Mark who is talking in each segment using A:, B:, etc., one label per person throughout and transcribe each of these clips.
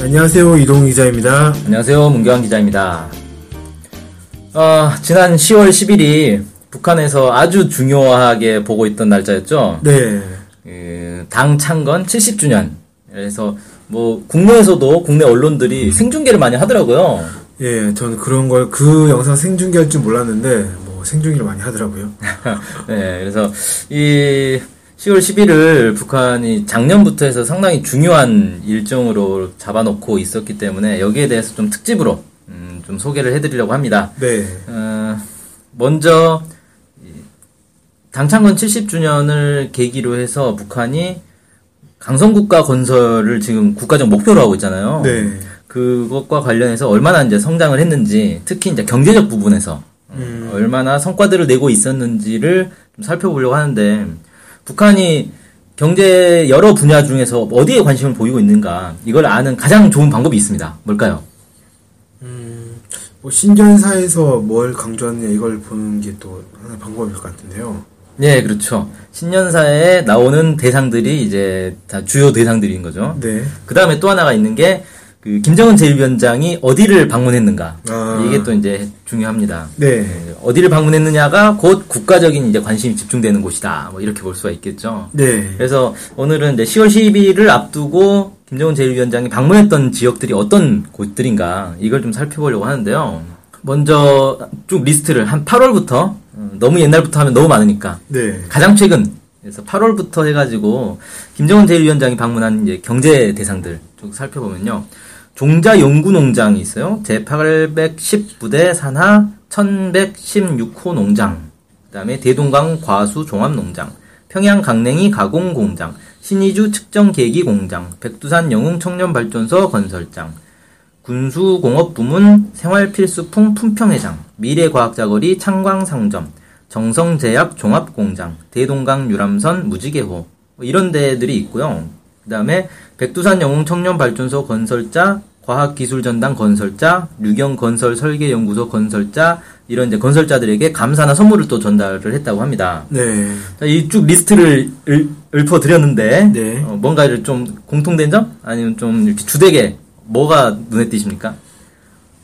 A: 안녕하세요 이동 기자입니다.
B: 안녕하세요. 문경환 기자입니다. 아, 지난 10월 10일이 북한에서 아주 중요하게 보고 있던 날짜였죠.
A: 네,
B: 그, 당 창건 70주년. 그래서 뭐 국내에서도 국내 언론들이 생중계를 많이 하더라고요.
A: 예, 전 그런 걸 그 영상 생중계할 줄 몰랐는데 뭐 생중계를 많이 하더라고요.
B: 네, 그래서 이 10월 11일 북한이 작년부터 해서 상당히 중요한 일정으로 잡아놓고 있었기 때문에 여기에 대해서 좀 특집으로 음, 좀 소개를 해드리려고 합니다.
A: 네,
B: 어, 먼저 이 당창건 70주년을 계기로 해서 북한이 강성국가 건설을 지금 국가적 목표로 하고 있잖아요.
A: 네,
B: 그것과 관련해서 얼마나 이제 성장을 했는지, 특히 이제 경제적 부분에서 어,
A: 음,
B: 얼마나 성과들을 내고 있었는지를 좀 살펴보려고 하는데 북한이 경제 여러 분야 중에서 어디에 관심을 보이고 있는가 이걸 아는 가장 좋은 방법이 있습니다. 뭘까요?
A: 뭐 신년사에서 뭘 강조하느냐 이걸 보는 게 또 하나의 방법일 것 같은데요.
B: 네, 그렇죠. 신년사에 나오는 대상들이 이제 다 주요 대상들인 거죠.
A: 네,
B: 그 다음에 또 하나가 있는 게, 그, 김정은 제1위원장이 어디를 방문했는가.
A: 아.
B: 이게 또 이제 중요합니다.
A: 네,
B: 예, 어디를 방문했느냐가 곧 국가적인 이제 관심이 집중되는 곳이다. 뭐 이렇게 볼 수가 있겠죠.
A: 네,
B: 그래서 오늘은 이제 10월 12일을 앞두고 김정은 제1위원장이 방문했던 지역들이 어떤 곳들인가 이걸 좀 살펴보려고 하는데요. 먼저 쭉 리스트를 한 8월부터 어, 너무 옛날부터 하면 너무 많으니까
A: 네,
B: 가장 최근 그래서 8월부터 해가지고 김정은 제1위원장이 방문한 이제 경제 대상들 쭉 살펴보면요. 종자 연구 농장이 있어요. 제810부대 산하 1116호 농장. 그다음에 대동강 과수 종합 농장, 평양 강냉이 가공 공장, 신의주 측정 계기 공장, 백두산 영웅 청년 발전소 건설장, 군수공업부문 생활필수품 품평회장, 미래과학자거리 창광상점, 정성제약 종합공장, 대동강 유람선 무지개호 뭐 이런 데들이 있고요. 그 다음에 백두산 영웅 청년발전소 건설자, 과학기술전당 건설자, 류경건설설계연구소 건설자 이런 이제 건설자들에게 감사나 선물을 또 전달을 했다고 합니다.
A: 네,
B: 이 쭉 리스트를 읊- 읊어드렸는데
A: 네.
B: 어, 뭔가를 좀 공통된 점 아니면 좀 이렇게 주되게 뭐가 눈에 띄십니까?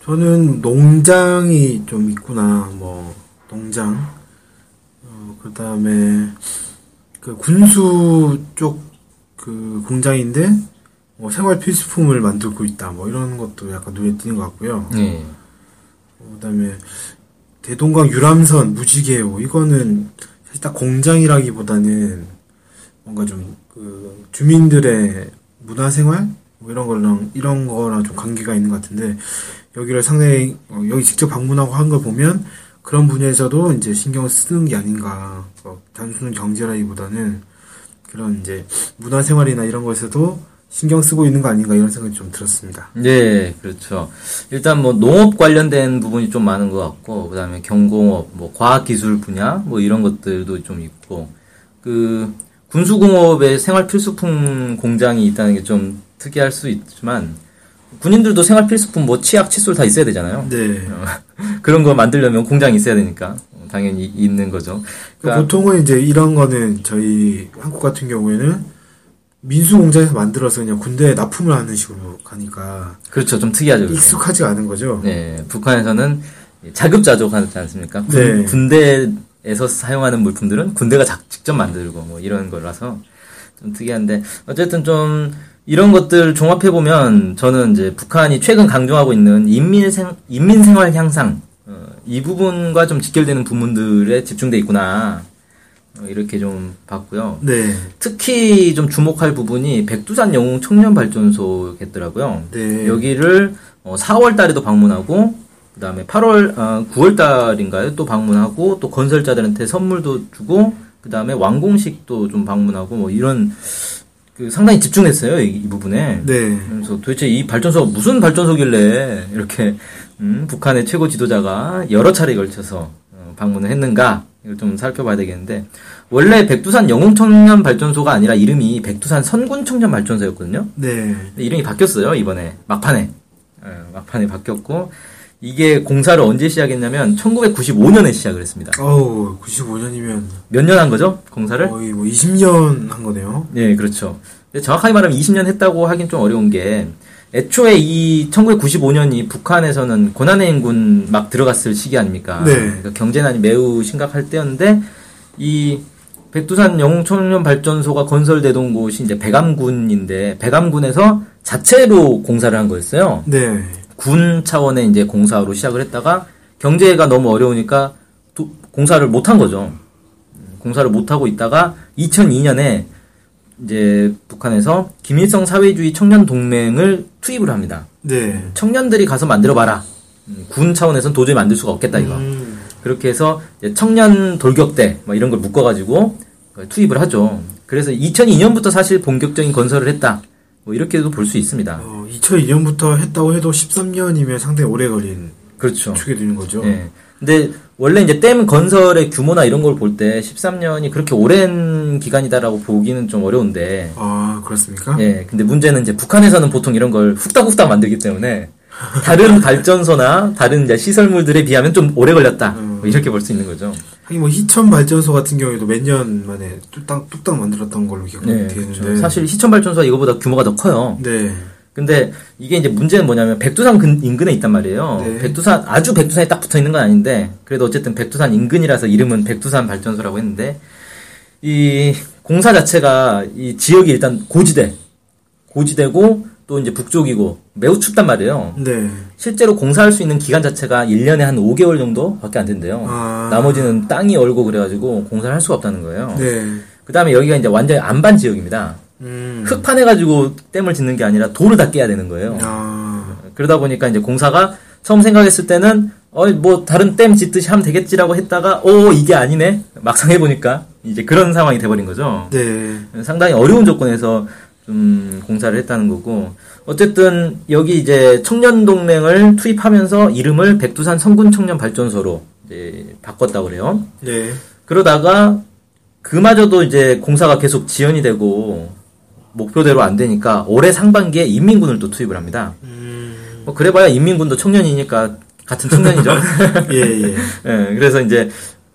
A: 저는 농장이 좀 있구나. 뭐 농장, 어, 그다음에 그 군수 쪽 그 공장인데 뭐 생활 필수품을 만들고 있다. 뭐 이런 것도 약간 눈에 띄는 것 같고요.
B: 네.
A: 어, 그다음에 대동강 유람선 무지개호 이거는 사실 딱 공장이라기보다는 뭔가 좀 그 주민들의 문화생활 뭐 이런 거랑 이런 거랑 좀 관계가 있는 것 같은데 여기를 상당히 어, 여기 직접 방문하고 한 걸 보면 그런 분야에서도 이제 신경을 쓰는 게 아닌가 어, 단순한 경제라기보다는 그런 이제 문화생활이나 이런 것에서도 신경 쓰고 있는 거 아닌가 이런 생각이 좀 들었습니다.
B: 네, 그렇죠. 일단 뭐 농업 관련된 부분이 좀 많은 것 같고, 그 다음에 경공업, 뭐 과학기술 분야, 뭐 이런 것들도 좀 있고, 그 군수공업의 생활 필수품 공장이 있다는 게 좀 특이할 수 있지만, 군인들도 생활 필수품 뭐 치약, 칫솔 다 있어야 되잖아요.
A: 네.
B: 그런 거 만들려면 공장이 있어야 되니까 어, 당연히 있는 거죠.
A: 그러니까
B: 그러니까
A: 보통은 이제 이런 거는 저희 한국 같은 경우에는 민수 공장에서 만들어서 그냥 군대에 납품을 하는 식으로 가니까
B: 그렇죠. 좀
A: 네.
B: 특이하죠. 그게.
A: 익숙하지가 않은 거죠.
B: 네, 북한에서는 자급자족하지 않습니까? 군,
A: 네.
B: 군대에서 사용하는 물품들은 군대가 작- 직접 만들고 뭐 이런 거라서 좀 특이한데 어쨌든 좀 이런 것들 종합해 보면 저는 이제 북한이 최근 강조하고 있는 인민 생 인민 생활 향상 어, 이 부분과 좀 직결되는 부분들에 집중돼 있구나 어, 이렇게 좀 봤고요.
A: 네.
B: 특히 좀 주목할 부분이 백두산 영웅 청년 발전소겠더라고요.
A: 네.
B: 여기를 4월 달에도 방문하고 그다음에 8월 9월 달인가요? 또 방문하고 또 건설자들한테 선물도 주고 그다음에 완공식도 좀 방문하고 뭐 이런 그 상당히 집중했어요 이, 이 부분에.
A: 네.
B: 그래서 도대체 이 발전소가 무슨 발전소길래 이렇게 음, 북한의 최고 지도자가 여러 차례에 걸쳐서 어, 방문을 했는가 이걸 좀 살펴봐야 되겠는데 원래 백두산 영웅 청년 발전소가 아니라 이름이 백두산 선군 청년 발전소였거든요.
A: 네.
B: 근데 이름이 바뀌었어요 이번에 막판에 어, 막판에 바뀌었고 이게 공사를 언제 시작했냐면 1995년에 시작을 했습니다.
A: 어우, 95년이면
B: 몇 년 한 거죠 공사를?
A: 거의 뭐 20년 한 거네요.
B: 예, 그렇죠. 근데 정확하게 말하면 20년 했다고 하긴 좀 어려운 게 애초에 이 1995년이 북한에서는 고난의 행군 막 들어갔을 시기 아닙니까?
A: 네.
B: 그러니까 경제난이 매우 심각할 때였는데 이 백두산 영웅청년 발전소가 건설되던 곳이 이제 백암군인데 백암군에서 자체로 공사를 한 거였어요.
A: 네.
B: 군 차원의 이제 공사로 시작을 했다가 경제가 너무 어려우니까 도- 공사를 못 한 거죠. 음, 공사를 못 하고 있다가 2002년에 이제 북한에서 김일성 사회주의 청년 동맹을 투입을 합니다.
A: 네.
B: 청년들이 가서 만들어 봐라. 음, 군 차원에서는 도저히 만들 수가 없겠다 이거.
A: 음,
B: 그렇게 해서 이제 청년 돌격대 막 이런 걸 묶어가지고 투입을 하죠. 그래서 2002년부터 사실 본격적인 건설을 했다. 뭐 이렇게도 볼 수 있습니다.
A: 어, 2002년부터 했다고 해도 13년이면 상당히 오래 걸린
B: 그렇죠.
A: 축이 되는 거죠.
B: 예. 근데 원래 이제 댐 건설의 규모나 이런 걸 볼 때 13년이 그렇게 오랜 기간이다라고 보기는 좀 어려운데.
A: 아, 그렇습니까?
B: 예. 근데 문제는 이제 북한에서는 보통 이런 걸 후딱후딱 만들기 때문에 다른 발전소나 다른 이제 시설물들에 비하면 좀 오래 걸렸다. 뭐 이렇게 볼 수 있는 거죠.
A: 하긴 뭐 희천 발전소 같은 경우에도 몇 년 만에 뚝딱 뚝딱 만들었던 걸로 기억이
B: 네,
A: 되는데
B: 그렇죠. 사실 희천 발전소가 이거보다 규모가 더 커요.
A: 네
B: 근데 이게 이제 문제는 뭐냐면 백두산 근- 인근에 있단 말이에요.
A: 네.
B: 백두산 아주 백두산에 딱 붙어 있는 건 아닌데 그래도 어쨌든 백두산 인근이라서 이름은 백두산 발전소라고 했는데 이 공사 자체가 이 지역이 일단 고지대 고지대고 또 이제 북쪽이고 매우 춥단 말이에요.
A: 네.
B: 실제로 공사할 수 있는 기간 자체가 1년에 한 5개월 정도밖에 안 된대요.
A: 아.
B: 나머지는 땅이 얼고 그래가지고 공사를 할 수가 없다는 거예요.
A: 네.
B: 그 다음에 여기가 이제 완전히 안반 지역입니다.
A: 음.
B: 흙판 해가지고 댐을 짓는 게 아니라 돌을 다 깨야 되는 거예요.
A: 아.
B: 그러다 보니까 이제 공사가 처음 생각했을 때는 어 뭐 다른 댐 짓듯이 하면 되겠지라고 했다가 오 이게 아니네 막상 해보니까 이제 그런 상황이 돼버린 거죠.
A: 네.
B: 상당히 어려운 조건에서 좀 공사를 했다는 거고 어쨌든 여기 이제 청년 동맹을 투입하면서 이름을 백두산 성군 청년 발전소로 이제 바꿨다고 그래요.
A: 네.
B: 그러다가 그마저도 이제 공사가 계속 지연이 되고 목표대로 안 되니까 올해 상반기에 인민군을 또 투입을 합니다.
A: 음,
B: 뭐 그래봐야 인민군도 청년이니까 같은 청년이죠.
A: 예, 예.
B: 예, 그래서 이제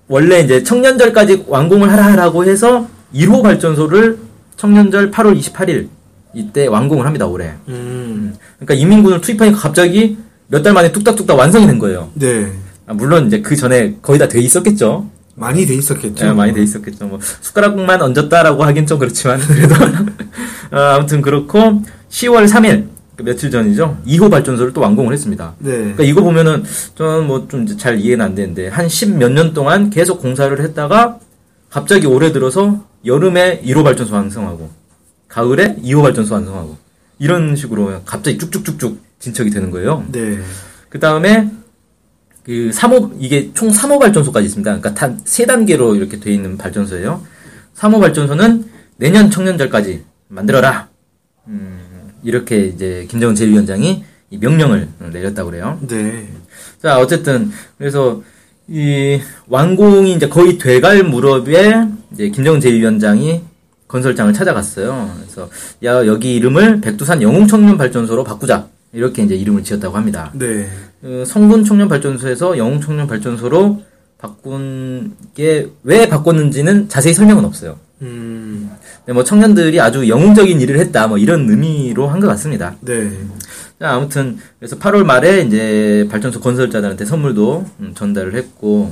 B: 원래 이제 청년절까지 완공을 하라라고 해서 1호 발전소를 청년절 8월 28일 이때 완공을 합니다 올해.
A: 음.
B: 그러니까 인민군을 투입하니까 갑자기 몇 달 만에 뚝딱뚝딱 완성이 된 거예요.
A: 네.
B: 아, 물론 이제 그 전에 거의 다 돼 있었겠죠.
A: 많이 돼 있었겠죠.
B: 예, 많이 돼 있었겠죠. 뭐 숟가락만 얹었다라고 하긴 좀 그렇지만 그래도 아, 아무튼 그렇고 10월 3일 그 며칠 전이죠. 2호 발전소를 또 완공을 했습니다.
A: 네.
B: 그러니까 이거 보면은 저는 뭐좀잘 이해는 안 되는데 한 십 몇 년 동안 계속 공사를 했다가 갑자기 올해 들어서 여름에 1호 발전소 완성하고 가을에 2호 발전소 완성하고 이런 식으로 갑자기 쭉쭉쭉쭉 진척이 되는 거예요.
A: 네.
B: 그 다음에 그 3호 이게 총 3호 발전소까지 있습니다. 그러니까 단 세 단계로 이렇게 돼 있는 발전소예요. 3호 발전소는 내년 청년절까지 만들어라. 음, 이렇게 이제 김정은 제1위원장이 이 명령을 내렸다고 그래요.
A: 네.
B: 자, 어쨌든 그래서 이 완공이 이제 거의 돼갈 무렵에 이제 김정은 제1위원장이 건설장을 찾아갔어요. 그래서 야 여기 이름을 백두산 영웅 청년 발전소로 바꾸자. 이렇게 이제 이름을 지었다고 합니다.
A: 네.
B: 그 성군 청년 발전소에서 영웅 청년 발전소로 바꾼 게 왜 바꿨는지는 자세히 설명은 없어요.
A: 음.
B: 근데 뭐 청년들이 아주 영웅적인 일을 했다 뭐 이런 의미로 한 것 같습니다.
A: 네.
B: 자, 아무튼 그래서 8월 말에 이제 발전소 건설자들한테 선물도 음, 전달을 했고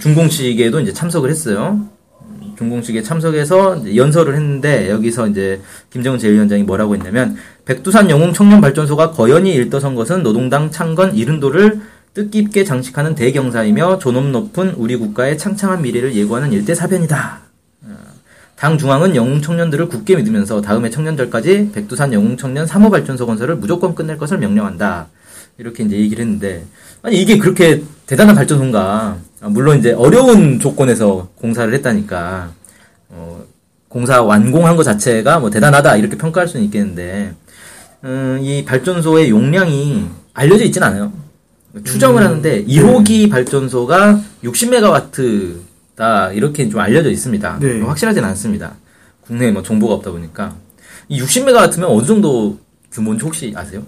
B: 준공식에도 이제 참석을 했어요. 음, 준공식에 참석해서 이제 연설을 했는데 여기서 이제 김정은 제1위원장이 뭐라고 했냐면 백두산 영웅 청년 발전소가 거연히 일떠선 것은 노동당 창건 이른도를 뜻깊게 장식하는 대경사이며 존엄 높은 우리 국가의 창창한 미래를 예고하는 일대 사변이다. 당 중앙은 영웅 청년들을 굳게 믿으면서 다음해 청년절까지 백두산 영웅 청년 3호 발전소 건설을 무조건 끝낼 것을 명령한다. 이렇게 이제 얘기를 했는데 아니 이게 그렇게 대단한 발전소인가? 아, 물론 이제 어려운 조건에서 공사를 했다니까 어, 공사 완공한 것 자체가 뭐 대단하다 이렇게 평가할 수는 있겠는데 음, 이 발전소의 용량이 알려져 있진 않아요. 추정을 하는데 1호기 발전소가 60메가와트다 이렇게 좀 알려져 있습니다.
A: 네.
B: 확실하진 않습니다. 국내에 뭐 정보가 없다 보니까 이 60메가와트면 어느 정도 규모인지 혹시 아세요?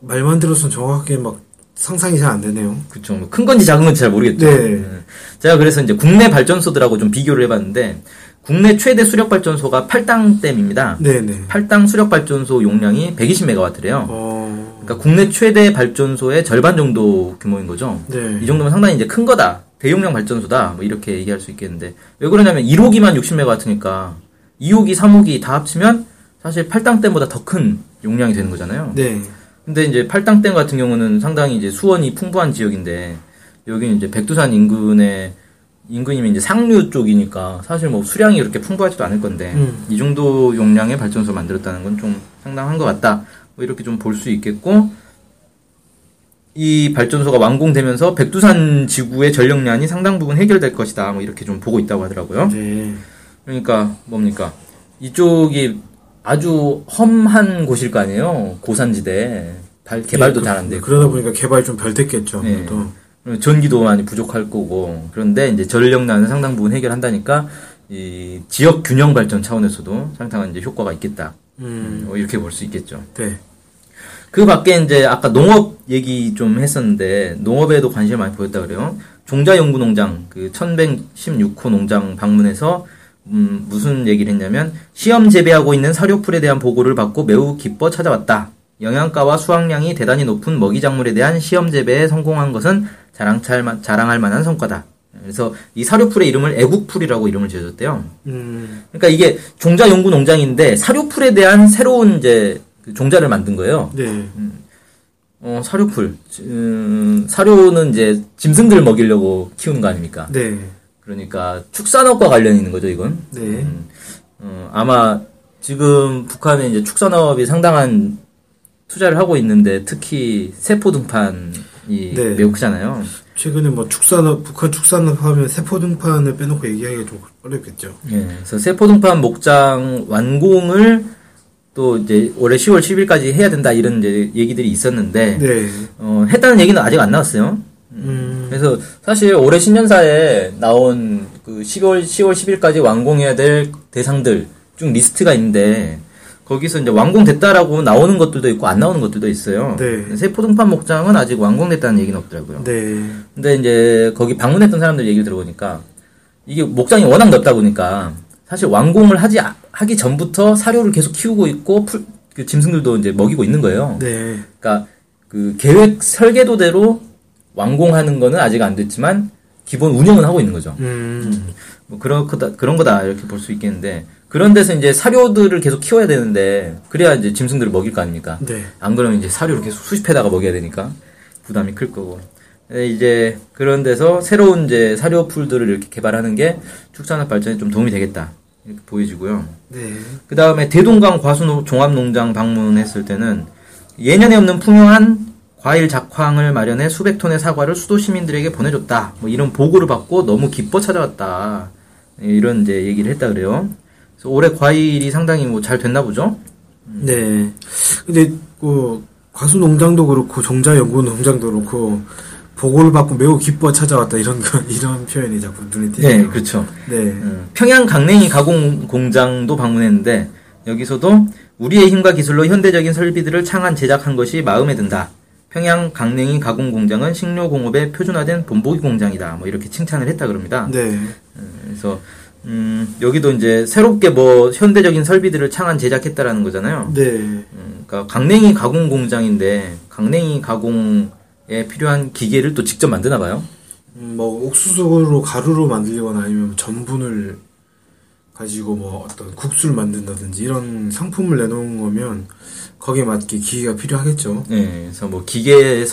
A: 말만 들어서는 정확하게 막 상상이 잘 안 되네요.
B: 그쵸. 뭐큰 건지 작은 건지 잘 모르겠죠.
A: 네.
B: 음. 제가 그래서 이제 국내 발전소들하고 좀 비교를 해봤는데, 국내 최대 수력 발전소가 팔당댐입니다.
A: 네네.
B: 팔당 수력 발전소 용량이 120메가와트래요.
A: 어,
B: 그러니까 국내 최대 발전소의 절반 정도 규모인 거죠.
A: 네.
B: 이 정도면 상당히 이제 큰 거다. 대용량 발전소다. 뭐 이렇게 얘기할 수 있겠는데. 왜 그러냐면 1호기만 60메가와트니까 2호기, 3호기 다 합치면 사실 팔당댐보다 더 큰 용량이 되는 거잖아요.
A: 네.
B: 근데 이제 팔당댐 같은 경우는 상당히 이제 수원이 풍부한 지역인데 여기는 이제 백두산 인근에 인근이면 이제 상류 쪽이니까 사실 뭐 수량이 이렇게 풍부하지도 않을 건데
A: 음.
B: 이 정도 용량의 발전소 만들었다는 건 좀 상당한 것 같다. 뭐 이렇게 좀 볼 수 있겠고 이 발전소가 완공되면서 백두산 지구의 전력난이 상당 부분 해결될 것이다. 뭐 이렇게 좀 보고 있다고 하더라고요.
A: 네.
B: 그러니까 뭡니까 이쪽이 아주 험한 곳일 거 아니에요 고산지대 발- 개발도
A: 네,
B: 잘 안 되고
A: 그러다 보니까 개발 좀 별 됐겠죠.
B: 네.
A: 아무래도.
B: 전기도 많이 부족할 거고 그런데 이제 전력난은 상당 부분 해결한다니까 이 지역 균형 발전 차원에서도 상당한 이제 효과가 있겠다
A: 음,
B: 뭐 이렇게 볼 수 있겠죠
A: 네.
B: 그 밖에 이제 아까 농업 얘기 좀 했었는데 농업에도 관심을 많이 보였다 그래요. 종자연구농장 그 1116호 농장 방문해서 음, 무슨 얘기를 했냐면 시험 재배하고 있는 사료풀에 대한 보고를 받고 매우 기뻐 찾아왔다. 영양가와 수확량이 대단히 높은 먹이 작물에 대한 시험 재배에 성공한 것은 자랑할, 만- 자랑할 만한 성과다. 그래서 이 사료풀의 이름을 애국풀이라고 이름을 지어줬대요.
A: 음,
B: 그러니까 이게 종자 연구 농장인데 사료풀에 대한 새로운 이제 그 종자를 만든 거예요.
A: 네.
B: 음. 어, 사료풀. 음, 사료는 이제 짐승들 먹이려고 키우는 거 아닙니까?
A: 네.
B: 그러니까 축산업과 관련이 있는 거죠, 이건.
A: 네.
B: 음, 어, 아마 지금 북한에 이제 축산업이 상당한 투자를 하고 있는데 특히 세포 등판이
A: 네.
B: 매우 크잖아요.
A: 최근에 뭐 축산업, 북한 축산업 하면 세포 등판을 빼놓고 얘기하기가 좀 어렵겠죠.
B: 예, 그래서 세포등판 목장 완공을 또 이제 올해 10월 10일까지 해야 된다 이런 이제 얘기들이 있었는데
A: 네.
B: 어, 했다는 얘기는 아직 안 나왔어요.
A: 음,
B: 그래서 사실 올해 신년사에 나온 그 10월 10월 10일까지 완공해야 될 대상들 중 리스트가 있는데 거기서 이제 완공됐다라고 나오는 것들도 있고 안 나오는 것들도 있어요.
A: 네.
B: 세포등판 목장은 아직 완공됐다는 얘기는 없더라고요.
A: 네.
B: 근데 이제 거기 방문했던 사람들 얘기를 들어보니까 이게 목장이 워낙 넓다 보니까 사실 완공을 하지 아- 하기 전부터 사료를 계속 키우고 있고 풀, 그 짐승들도 이제 먹이고 있는 거예요.
A: 네.
B: 그러니까 그 계획 설계도대로 완공하는 거는 아직 안 됐지만 기본 운영은 하고 있는 거죠.
A: 음,
B: 뭐 그런 거다 그런 거다 이렇게 볼 수 있겠는데 그런 데서 이제 사료들을 계속 키워야 되는데 그래야 이제 짐승들을 먹일 거 아닙니까?
A: 네.
B: 안 그러면 이제 사료를 계속 수십회다가 먹여야 되니까 부담이 클 거고. 에, 이제 그런 데서 새로운 이제 사료풀들을 이렇게 개발하는 게 축산업 발전에 좀 도움이 되겠다 이렇게 보여지고요.
A: 네.
B: 그 다음에 대동강 과수 종합농장 방문했을 때는 예년에 없는 풍요한 과일 작황을 마련해 수백 톤의 사과를 수도 시민들에게 보내줬다. 뭐 이런 보고를 받고 너무 기뻐 찾아왔다. 이런 이제 얘기를 했다 그래요. 그래서 올해 과일이 상당히 뭐 잘 됐나 보죠. 음.
A: 네. 근데 그 과수 농장도 그렇고 종자 연구 농장도 그렇고 보고를 받고 매우 기뻐 찾아왔다 이런 거 이런 표현이 자꾸 눈에
B: 네,
A: 띄네요.
B: 그렇죠.
A: 네.
B: 음, 평양 강냉이 가공 공장도 방문했는데 여기서도 우리의 힘과 기술로 현대적인 설비들을 창안 제작한 것이 마음에 든다. 평양 강냉이 가공 공장은 식료 공업의 표준화된 본보기 공장이다. 뭐 이렇게 칭찬을 했다 그럽니다.
A: 네.
B: 그래서 음, 여기도 이제 새롭게 뭐 현대적인 설비들을 창안 제작했다라는 거잖아요.
A: 네.
B: 음, 그러니까 강냉이 가공 공장인데 강냉이 가공에 필요한 기계를 또 직접 만드나 봐요.
A: 음, 뭐 옥수수로 가루로 만들거나 아니면 전분을 가지고 뭐 어떤 국수를 만든다든지 이런 상품을 내놓은 거면 거기에 맞게 기계가 필요하겠죠.
B: 네, 그래서 뭐 기계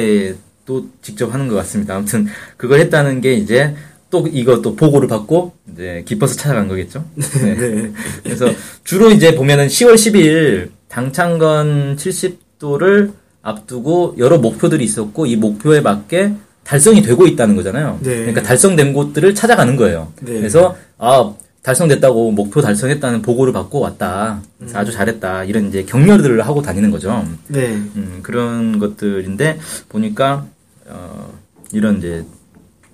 B: 설계도 직접 하는 것 같습니다. 아무튼 그걸 했다는 게 이제 또 이거 또 보고를 받고 이제 기뻐서 찾아간 거겠죠. 네.
A: 네.
B: 그래서 주로 이제 보면은 10월 10일 당창건 70도를 앞두고 여러 목표들이 있었고 이 목표에 맞게 달성이 되고 있다는 거잖아요.
A: 네.
B: 그러니까 달성된 곳들을 찾아가는 거예요.
A: 네.
B: 그래서 아 달성됐다고 목표 달성했다는 보고를 받고 왔다.
A: 음.
B: 그래서 아주 잘했다. 이런 이제 격려들을 하고 다니는 거죠.
A: 네.
B: 음, 그런 것들인데 보니까 어, 이런 이제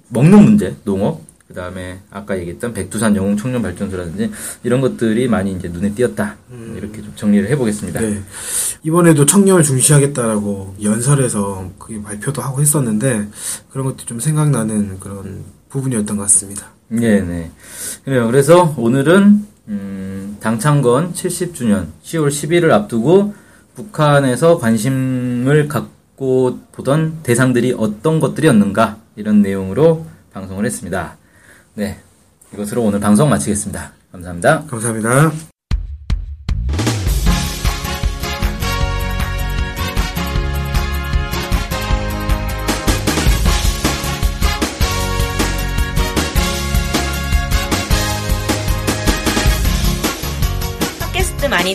B: 먹는 문제, 농업, 그 다음에 아까 얘기했던 백두산 영웅 청년 발전소라든지 이런 것들이 많이 이제 눈에 띄었다. 이렇게 좀 정리를 해보겠습니다.
A: 네. 이번에도 청년을 중시하겠다라고 연설에서 그게 발표도 하고 했었는데 그런 것도 좀 생각나는 그런 부분이었던 것 같습니다.
B: 네네. 그래요. 그래서 오늘은 음, 당창건 70주년 10월 10일을 앞두고 북한에서 관심을 갖고 보던 대상들이 어떤 것들이었는가 이런 내용으로 방송을 했습니다. 네. 이것으로 오늘 방송 마치겠습니다. 감사합니다.
A: 감사합니다.
C: 팟캐스트 많이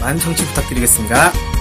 D: 많은 청취 부탁드리겠습니다.